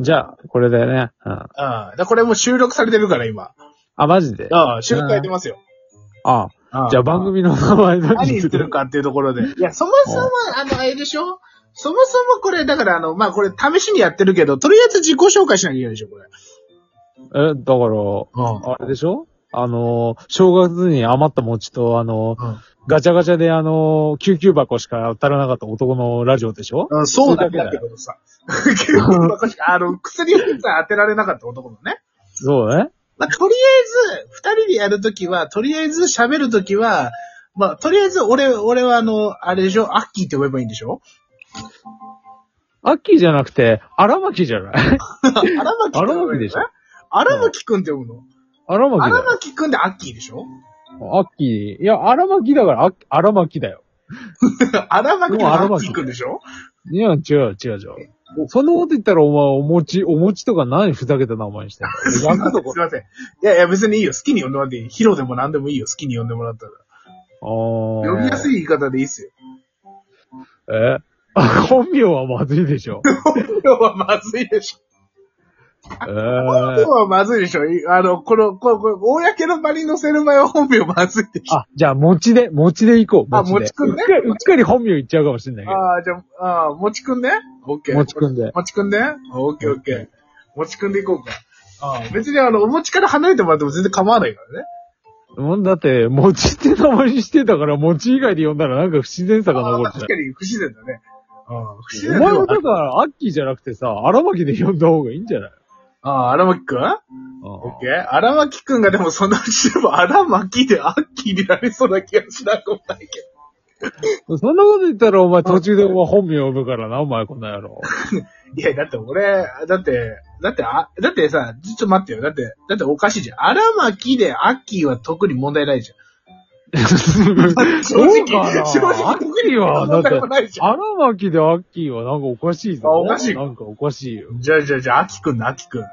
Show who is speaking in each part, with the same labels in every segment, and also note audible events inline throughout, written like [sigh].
Speaker 1: じゃあ、これだよね。うん。
Speaker 2: ああ。だこれもう収録されてるから、今。
Speaker 1: あ、マジで
Speaker 2: ああ、収録されてますよ。
Speaker 1: あ
Speaker 2: ああ
Speaker 1: じゃあ番組の名前何
Speaker 2: 何言ってるかっていうところで。いや、そもそも、あの、あれでしょそもそもこれ、だからあの、まあ、これ試しにやってるけど、とりあえず自己紹介しなきゃいけないでしょ、これ。
Speaker 1: え、だから、
Speaker 2: う
Speaker 1: あれでしょあのー、正月に余った餅と、あのー、
Speaker 2: うん
Speaker 1: ガチャガチャであのー、救急箱しか当たらなかった男のラジオでしょ
Speaker 2: ん。そうなんだけどさ。結構私 [laughs] あの、薬をさ、当てられなかった男のね。
Speaker 1: そうね。
Speaker 2: まあ、とりあえず、二人でやるときは、とりあえず喋るときは、まあ、とりあえず、俺、俺はあの、あれでしょアッキーって呼べばいいんでし [laughs] ょ
Speaker 1: アッキーじゃなくて、荒巻じゃない [laughs]
Speaker 2: 荒牧君
Speaker 1: 荒牧でしょ
Speaker 2: 荒牧くんって呼ぶの
Speaker 1: 荒巻だよ。
Speaker 2: 荒牧くんでアッキーでしょ
Speaker 1: アッキー。いや、荒巻だから、あ荒巻だよ。
Speaker 2: 荒牧くんで
Speaker 1: もう
Speaker 2: ア
Speaker 1: 荒牧
Speaker 2: ッキーくんでしょ
Speaker 1: いや、違う、違う、違う。そんなこと言ったら、お前、お餅、お餅とか何ふざけた名前してん
Speaker 2: [laughs]
Speaker 1: の
Speaker 2: すい
Speaker 1: 焼
Speaker 2: ま
Speaker 1: く
Speaker 2: せん
Speaker 1: と
Speaker 2: す
Speaker 1: こ
Speaker 2: いません。いやいや、別にいいよ。好きに呼んでもらっていい。ヒロでも何でもいいよ。好きに呼んでもらったら。
Speaker 1: あ
Speaker 2: 呼びやす
Speaker 1: い。
Speaker 2: い言い方でいいっすよ。
Speaker 1: えあ [laughs] 本名はまずいでしょ。
Speaker 2: 本名はまずいでしょ。
Speaker 1: え
Speaker 2: 本名
Speaker 1: ー、
Speaker 2: はまずいでしょ。いあの、この、この、この、公の場に載せる前は本名まずいでしょ。
Speaker 1: あ、じゃあ、餅で、餅で行こう。
Speaker 2: あ
Speaker 1: 餅で。
Speaker 2: 餅くん
Speaker 1: う
Speaker 2: ね
Speaker 1: っかり、うっかり本名言っちゃうかもしれないけど。
Speaker 2: ああ、じゃあ、ああ、もちくんね。オッケー。
Speaker 1: 餅くんで。
Speaker 2: もちくんね。オッケーオッケー。もちくんでいこうか。ああ、別にあの、お餅から離れてもらっても全然構わないからね。
Speaker 1: もんだって、餅って名前にしてたから、餅以外で呼んだらなんか不自然さが
Speaker 2: ああ
Speaker 1: 残っち
Speaker 2: 確かに不自然だね。ああ、不自
Speaker 1: ゃう。
Speaker 2: 然
Speaker 1: お前も
Speaker 2: だ
Speaker 1: だから、アッキーじゃなくてさ、荒巻で呼んだ方がいいんじゃない
Speaker 2: ああ、荒牧くんオッケー。荒牧くんがでもそのうちでも荒牧でアッキーになりそうな気がしなくもないけ
Speaker 1: うんそんなこと言ったら、お前途中でお前本名呼ぶからな、お前この野郎。
Speaker 2: ど。いや、だって俺、だって、だって、あ、だってさ、ちょっと待ってよ。だって、だっておかしいじゃん。荒牧でアッキーは特に問題ないじゃん。
Speaker 1: そうかな
Speaker 2: 正直
Speaker 1: アッキーは、だ
Speaker 2: 問
Speaker 1: って
Speaker 2: 題も、ないじゃん。
Speaker 1: 荒巻でアッキーはなんかおかしいぞ。
Speaker 2: あおかしい
Speaker 1: なんかおかしいよ。
Speaker 2: じゃあじゃあじゃあ、アキくんだ、アキくん。
Speaker 1: い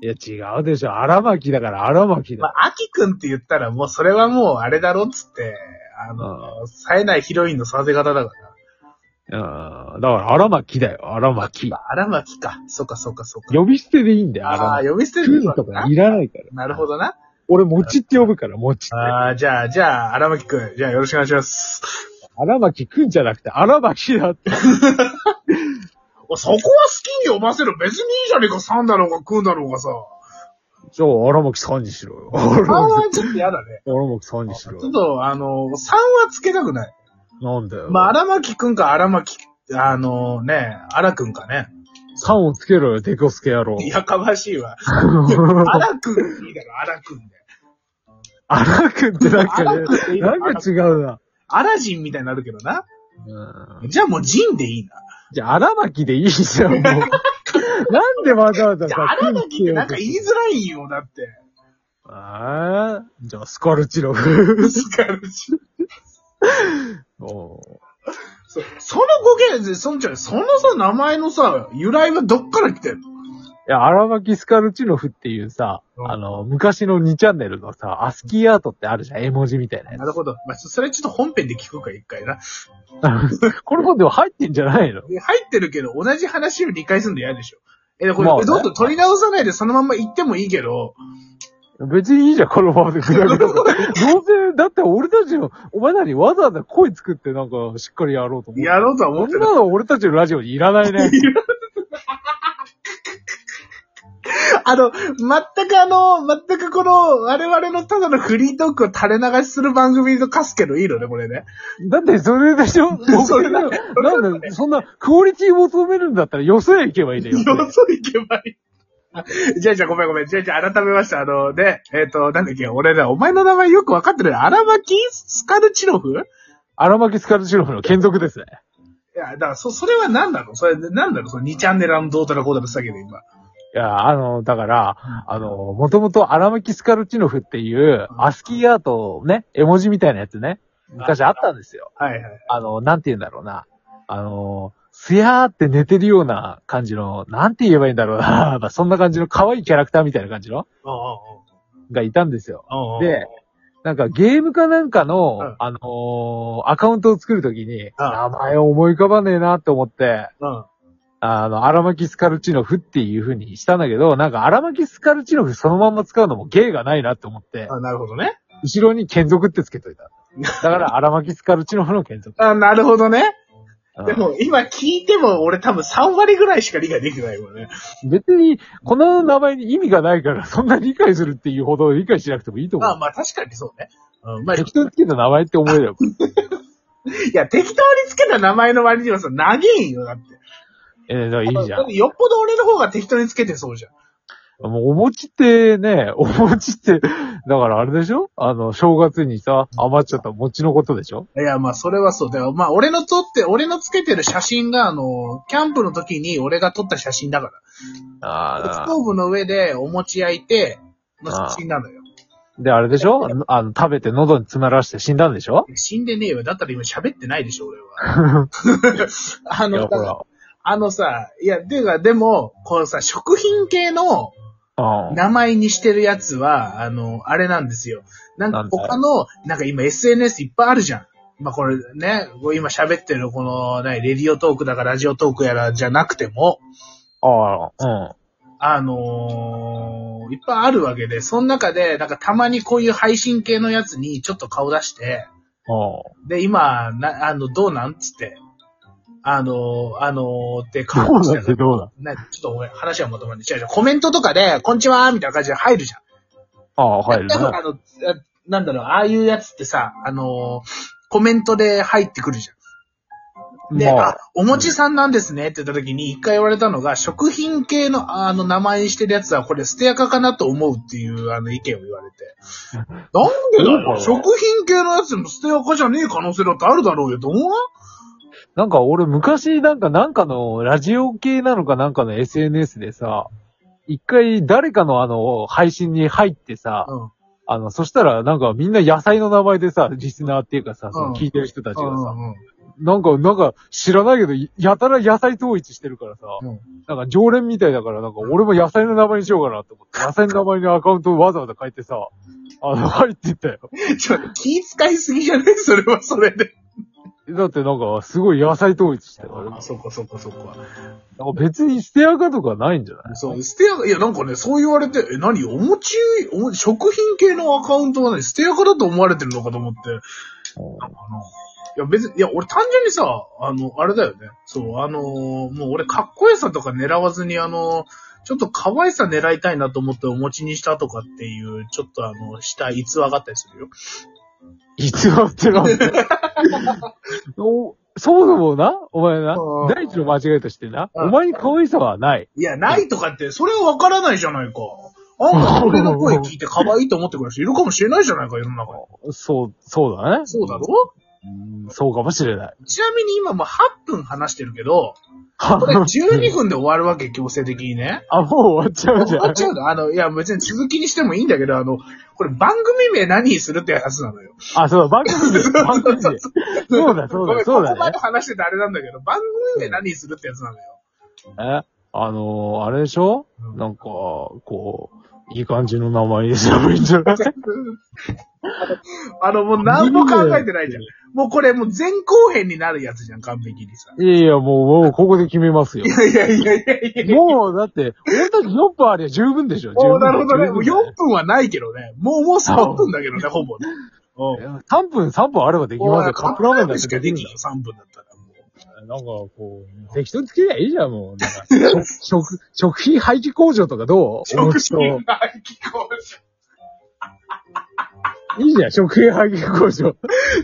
Speaker 1: や、違うでしょ。荒巻だから荒巻
Speaker 2: ま
Speaker 1: だ。
Speaker 2: あ、アキくんって言ったらもうそれはもうあれだろっつって、あの、冴えないヒロインの育て方だか
Speaker 1: うん。だから荒巻だよ、荒巻
Speaker 2: ら。。荒巻か。そっかそっかそっか。
Speaker 1: 呼び捨てでいいんだよ、
Speaker 2: ああ、
Speaker 1: 荒巻。
Speaker 2: 呼び捨て
Speaker 1: ク
Speaker 2: る
Speaker 1: ンとかいらないから。
Speaker 2: なるほどな。
Speaker 1: 俺、餅って呼ぶから、餅って。
Speaker 2: ああ、じゃあ、じゃあ、荒牧くん。じゃあ、よろしくお願いします。
Speaker 1: 荒巻くんじゃなくて、荒巻だって。
Speaker 2: おそこは好きに呼ばせる。別にいいじゃねえか。さんだろうが、くんだろうがさ。
Speaker 1: じゃあ、荒巻さんにしろよ。
Speaker 2: 3はちょっと嫌だね。
Speaker 1: 荒巻さんにし
Speaker 2: ち
Speaker 1: ろ
Speaker 2: ょ
Speaker 1: よ
Speaker 2: っ。と、あの、3はつけたくない。
Speaker 1: なんだよ。
Speaker 2: まあ、荒牧くんか、荒牧、あのね、荒くんかね。
Speaker 1: さんをつけろよ、デコスケ野
Speaker 2: [laughs]
Speaker 1: 郎。
Speaker 2: やかましいわ。荒くんでいいだろ、荒くんで。
Speaker 1: 荒くんってなんか
Speaker 2: [laughs] 荒
Speaker 1: ね
Speaker 2: くんでいい、
Speaker 1: な
Speaker 2: の
Speaker 1: んか違うな。
Speaker 2: アラジンみたいになるけどな。
Speaker 1: うん
Speaker 2: じゃあもうジンでいいな。
Speaker 1: じゃあ、荒巻でいいじ
Speaker 2: [laughs]
Speaker 1: ゃん、もう。なんでわざわざ
Speaker 2: じ
Speaker 1: さ
Speaker 2: ゃ、あ、荒牧ってなんか
Speaker 1: い
Speaker 2: 言いづらいんよ、だって。
Speaker 1: ああ、じゃあ、スカルチロフ。
Speaker 2: スカルジン
Speaker 1: おう
Speaker 2: そその語源、そんじゃ、そのさ、名前のさ、由来はどっから来てんの
Speaker 1: いや、荒巻スカルチロフっていうさ、
Speaker 2: うん
Speaker 1: あの、昔の2チャンネルのさ、アスキーアートってあるじゃん、絵文字みたいなや
Speaker 2: なるほど。まあ、そそれちょっと本編で聞くか、一回な。
Speaker 1: つ。 [laughs] これもでも入ってんじゃないの
Speaker 2: で入ってるけど、同じ話を理解するの嫌でしょ。え、これ、
Speaker 1: まあね
Speaker 2: どんどん取り直さないでそのまんま言ってもいいけど、
Speaker 1: 別にいいじゃん、このままで。ぐだぐだどうせ、だって俺たちの、お前なにわざわざ声作ってなんかしっかりやろうと思って。
Speaker 2: やろうとは思
Speaker 1: こ
Speaker 2: っ
Speaker 1: ん
Speaker 2: てない。
Speaker 1: なの俺たちのラジオにいらないね。
Speaker 2: あの、全くあの、全くこの、我々のただのフリートークを垂れ流しする番組のカスケのいいのね、これね。
Speaker 1: だってそれでしょ
Speaker 2: [laughs] それだ
Speaker 1: なんだ、そんなクオリティ求めるんだったらよそへ行けばいいじゃん。
Speaker 2: よそ行けばいい。あじゃあじゃあごめんごめん。じゃあじゃあ改めまして、あの、で、えっ、と、なんだっけ、俺ね、お前の名前よくわかってるね。荒巻スカルチノフ
Speaker 1: 荒巻スカルチロフの剣族ですね。
Speaker 2: いや、だから、そ、それは何なのそれ、何なのその2チャンネルあのどうたらこうたらしたけど、今。
Speaker 1: いや、あの、だから、あの、もともと荒巻スカルチノフっていう、アスキーアートね、絵文字みたいなやつね、昔あったんですよ。
Speaker 2: はいはい。
Speaker 1: あの、なんて言うんだろうな。あの、すやーって寝てるような感じの、なんて言えばいいんだろうな。 [laughs] まあそんな感じの可愛いキャラクターみたいな感じの
Speaker 2: う
Speaker 1: がいたんですよ。
Speaker 2: んうんうん。
Speaker 1: で、なんかゲームかなんかの、
Speaker 2: うん
Speaker 1: あのーアカウントを作るときに、名前を思い浮かばねえなって思って、
Speaker 2: うん。
Speaker 1: あの、荒巻スカルチノフっていう風にしたんだけど、なんか荒巻スカルチノフそのまんま使うのも芸がないなって思って、
Speaker 2: あ、なるほどね。
Speaker 1: 後ろに剣族ってつけといた。だ
Speaker 2: [laughs]
Speaker 1: から荒巻スカルチノフの剣族。
Speaker 2: あ、なるほどね。
Speaker 1: うん
Speaker 2: でも、今聞いても、俺多分3割ぐらいしか理解できてないもんね。
Speaker 1: 別に、この名前に意味がないから、そんな理解するっていうほど理解しなくてもいいと思
Speaker 2: まあ
Speaker 1: う。
Speaker 2: まあ、確かにそうね。うん、まあ、い
Speaker 1: 適当につけた名前って思えれば。
Speaker 2: や、適当につけた名前の割にはさ、長いよ、だって。
Speaker 1: えー、だからいいじゃ
Speaker 2: だっ
Speaker 1: ん。
Speaker 2: てよっぽど俺の方が適当につけてそうじゃん。
Speaker 1: もうお餅ってね、お餅って、だからあれでしょあの、正月にさ、余っちゃった餅のことでしょ
Speaker 2: いや、まあ、それはそう。だから、まあ、俺の撮って、俺のつけてる写真が、あの、キャンプの時に俺が撮った写真だか
Speaker 1: あ
Speaker 2: ら。ストーブの上でお餅焼いて、の写真なのよ。
Speaker 1: で、あれでしょあの、食べて喉に詰まらして死んだんでしょ
Speaker 2: 死んでねえよ。だったら今喋ってないでしょ、俺は。
Speaker 1: [laughs]
Speaker 2: あ
Speaker 1: いや、
Speaker 2: の
Speaker 1: ほ、ら。
Speaker 2: あのさ、いや、ていうか、でも、こうさ、食品系の
Speaker 1: うん。
Speaker 2: 名前にしてるやつは、あの、あれなんですよ。なん
Speaker 1: な
Speaker 2: か
Speaker 1: んだ
Speaker 2: 他の、なんか今 SNS いっぱいあるじゃん。まあ、これね、こう今喋ってるこの、何レディオトークだかラジオトークやらじゃなくても、
Speaker 1: ああ、
Speaker 2: あのーいっぱいあるわけで、その中で、なんかたまにこういう配信系のやつにちょっと顔出して、
Speaker 1: う
Speaker 2: で、今、な、あの、どうなんつって、あのーあのーって顔
Speaker 1: ん。
Speaker 2: し
Speaker 1: そう
Speaker 2: て
Speaker 1: なんてどうだ
Speaker 2: な、ちょっとごめん、話はまとまんない。違う違う、コメントとかで、こんにちはみたいな感じで入るじゃん。
Speaker 1: ああ、入るね
Speaker 2: だ。からあの、あなんだろう、ああいうやつってさ、あのーコメントで入ってくるじゃん。で、
Speaker 1: ま
Speaker 2: あ、お餅さんなんですねって言った時に一回言われたのが、食品系のああの名前にしてるやつはこれ捨てやかかなと思うっていうあの意見を言われて。なんでだよ、
Speaker 1: そうだよ
Speaker 2: 食品系のやつも捨てやかじゃねえ可能性だってあるだろうよ、どう
Speaker 1: あ、なんか俺昔なんかなんかのラジオ系なのかなんかの SNS でさ、一回誰かのあの、配信に入ってさ、
Speaker 2: うん。
Speaker 1: あの、そしたらなんかみんな野菜の名前でさ、リスナーっていうかさ、そ
Speaker 2: うん
Speaker 1: の聞いてる人たちがさ、
Speaker 2: うんうん
Speaker 1: なんか、なんか知らないけど、やたら野菜統一してるからさ、
Speaker 2: うん
Speaker 1: なんか常連みたいだから、なんか俺も野菜の名前にしようかなと思
Speaker 2: [laughs]
Speaker 1: って、野菜の名前のアカウントをわざわざ変えてさ、あの、入ってったよ。
Speaker 2: ちょっと気遣いすぎじゃないそれはそれで。
Speaker 1: だってなんか、すごい野菜統一してたから、なん
Speaker 2: あ、そっかそっかそっか。
Speaker 1: か別に捨てアカとかないんじゃない
Speaker 2: そう、捨てやか、いや、なんかね、そう言われて、え、何お餅、お餅食品系のアカウントはね、捨てやかだと思われてるのかと思って。あの、いや、別に、いや、俺単純にさ、あの、あれだよね。そう、あのーもう俺、かっこよさとか狙わずに、あのちょっと可愛さ狙いたいなと思ってお餅にしたとかっていう、ちょっとあの、した逸話があったりするよ。
Speaker 1: いつだってなんだ
Speaker 2: [laughs]
Speaker 1: おそもそもな、お前な
Speaker 2: うん、
Speaker 1: 第一の間違いとしてな、
Speaker 2: うん
Speaker 1: お前に可愛さはない。
Speaker 2: いや、ないとかって、それはわからないじゃないか。あんた俺の声聞いて可愛いと思ってくれる人いるかもしれないじゃないか、世の中に。
Speaker 1: そう、そうだね。
Speaker 2: そうだろ
Speaker 1: うんそうかもしれない。
Speaker 2: ちなみに今もう8分話してるけど、 [laughs] これ12分で終わるわけ、強制的に [laughs] ね。
Speaker 1: [laughs] あ、もう終わっちゃうじ
Speaker 2: 終
Speaker 1: ゃ
Speaker 2: わっ
Speaker 1: ん。
Speaker 2: ちゃうのあの、いや、別に続きにしてもいいんだけど、あの、これ番組名何にするって話なのよ。
Speaker 1: あ、そうだ、番組で、番
Speaker 2: [laughs]
Speaker 1: 組
Speaker 2: そう
Speaker 1: で。そうだ、そうだ、そう
Speaker 2: こ
Speaker 1: だ
Speaker 2: こま
Speaker 1: ね
Speaker 2: で。話しててあれなんだけど、番組名何にするってやつなのよ。
Speaker 1: え、あのー、あれでしょ
Speaker 2: うん
Speaker 1: なんか、こう、いい感じの名前にすればいいんじゃ
Speaker 2: [laughs]
Speaker 1: ない
Speaker 2: あの、もう何も考えてないじゃん。もうこれもう前後編になるやつじゃん、完璧にさ。
Speaker 1: いやいや、もう、もう、ここで決めますよ
Speaker 2: い。やいやいやいや [laughs] いや。
Speaker 1: もう、だって、俺たち4分ありゃ十分でしょ十
Speaker 2: も
Speaker 1: 分
Speaker 2: う
Speaker 1: だ
Speaker 2: な
Speaker 1: よ
Speaker 2: るほどね。
Speaker 1: 十
Speaker 2: もう
Speaker 1: 分だよ
Speaker 2: 4分はないけどね。もう、もう3分だけどね、ほ [laughs] ぼね。うん。
Speaker 1: 3分、3分あればできますよ。カ
Speaker 2: カ
Speaker 1: ッ
Speaker 2: ッ
Speaker 1: プ
Speaker 2: プ
Speaker 1: ラ
Speaker 2: ラ
Speaker 1: ーメ
Speaker 2: ー
Speaker 1: ンだ
Speaker 2: メンだ
Speaker 1: って
Speaker 2: しか
Speaker 1: で
Speaker 2: で
Speaker 1: き
Speaker 2: き
Speaker 1: る
Speaker 2: ないよ、3分だったら。もう
Speaker 1: なんか、こう、適当につけりゃいいじゃん、もう。
Speaker 2: [laughs]
Speaker 1: なんか食、食食品廃棄工場とかどう
Speaker 2: 食
Speaker 1: お
Speaker 2: 品
Speaker 1: 餅
Speaker 2: 廃棄工場。
Speaker 1: といいじゃん、食品廃棄工場。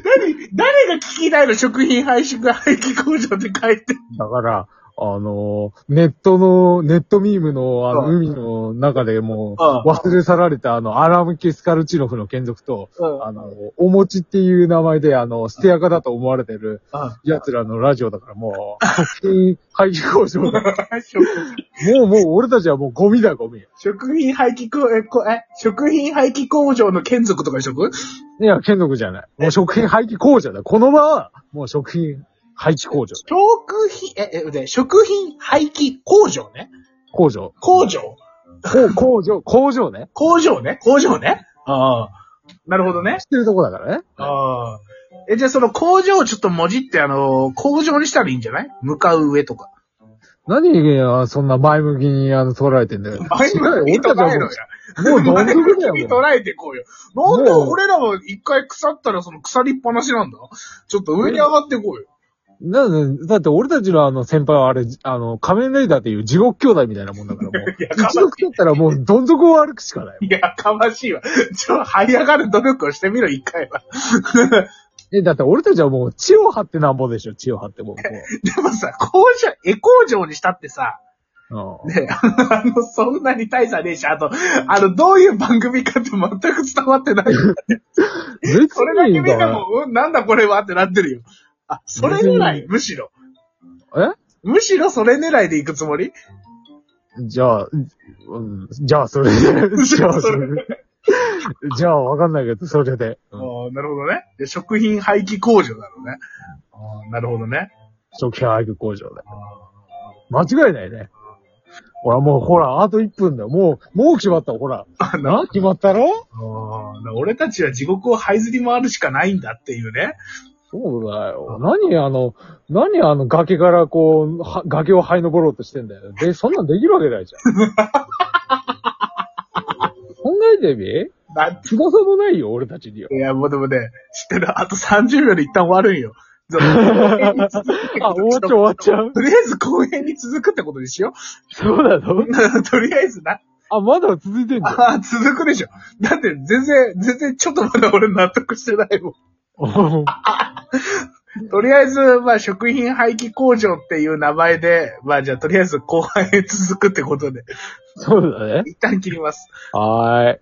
Speaker 2: 誰、誰が聞きたいの食品廃止廃棄工場って書いて。
Speaker 1: だから、あの、ネットの、ネットミームの、あの、
Speaker 2: うん
Speaker 1: 海の中でもう、
Speaker 2: うん
Speaker 1: 忘れ去られた、あの、アラムキ・スカルチノフの眷属と、
Speaker 2: うん。
Speaker 1: あの、お餅っていう名前で、あの、捨てやかだと思われてる奴らのラジオだからもう、食品廃棄工場
Speaker 2: [laughs]
Speaker 1: だ。もうもう俺たちはもうゴミだ、ゴミ。い
Speaker 2: 食品廃棄工、え、こえ、食品廃棄工場の眷属とかにしとく
Speaker 1: や、眷属じゃない。もう食品廃棄工場だ。この場は、もう食品廃棄工場。
Speaker 2: 食品、え、え、で、食品廃棄工場ね。
Speaker 1: 工場。
Speaker 2: 工場
Speaker 1: こう工場、工場ね。
Speaker 2: 工場ね。工場ね。ああ。なるほどね
Speaker 1: 知。ってるとこだからね。
Speaker 2: ああ。え、じゃあその工場をちょっともじって、あの、工場にしたらいいんじゃない向かう上とか。
Speaker 1: 何がそんな前向きにあの捉えてんだよ。
Speaker 2: 前向きに捉えろや。
Speaker 1: もうどん
Speaker 2: 前
Speaker 1: 底
Speaker 2: 向き
Speaker 1: だ
Speaker 2: に
Speaker 1: よ、もう。
Speaker 2: 捉えてこうよ。なんで俺らは一回腐ったらその腐りっぱなしなんだちょっと上に上がってこうよ。
Speaker 1: なんでだって俺たちのあの先輩はあれ、あの、仮面ライダーっていう地獄兄弟みたいなもんだからもう。 [laughs]
Speaker 2: いや、か
Speaker 1: 一度
Speaker 2: ま、
Speaker 1: 食ったらもうどん底を歩くしかない。
Speaker 2: [laughs] いや、かましいわ。ちょ、這い上がる努力をしてみろ、一回は。
Speaker 1: え、だって俺たちはもう地を張ってなんぼでしょ、地を張って
Speaker 2: [laughs]
Speaker 1: もう。こ
Speaker 2: でもさ、工場、エ工場にしたってさ、
Speaker 1: ううん
Speaker 2: ね、あの、そんなに大差ねえし、あと、あの、どういう番組かって全く伝わってない。
Speaker 1: 別
Speaker 2: それだ
Speaker 1: にい
Speaker 2: け
Speaker 1: いん
Speaker 2: みん
Speaker 1: だ
Speaker 2: な
Speaker 1: よ。
Speaker 2: も、うん、なんだこれはってなってるよ。あ、それ狙いむしろ。
Speaker 1: え
Speaker 2: むしろそれ狙いで行くつもり
Speaker 1: じゃあ、うん、じゃあ
Speaker 2: [laughs]
Speaker 1: それで。じゃあそれで。じゃあわかんないけど、それで。
Speaker 2: あ
Speaker 1: うん
Speaker 2: ーなるほどね。で食品廃棄工場だろうね。あーなるほどね。
Speaker 1: 食品配布工場で。間違いないね。ほら、もう、ほら、あと1分だよ。もう、もう決まった、ほら。
Speaker 2: あな
Speaker 1: な、決まったろ
Speaker 2: あー俺たちは地獄を這いずり回るしかないんだっていうね。
Speaker 1: そうだよ。何、あの、何、あの、崖から、こう、は崖を這い登ろうとしてんだよ。で、そんなんできるわけないじゃん。 [laughs] 考えてみ
Speaker 2: なん
Speaker 1: 翼もないよ、俺たち [laughs] には。
Speaker 2: いや、もうでもね、知ってる。あと30秒で一旦終わるんよ。そ
Speaker 1: [laughs]
Speaker 2: の
Speaker 1: あ、終わっちゃう、終わっちゃう。
Speaker 2: とりあえず公演に続くってことにしよ
Speaker 1: そうなの
Speaker 2: う。 [laughs] とりあえずな。
Speaker 1: あ、まだ続いてん [laughs] だ。
Speaker 2: ああ、続くでしょ。だって全然、全然ちょっとまだ俺納得してないもん。とりあえず、まあ食品廃棄工場っていう名前で、まあじゃあとりあえず後半へ続くってことで、
Speaker 1: そうだね。
Speaker 2: 一旦切ります。
Speaker 1: はーい。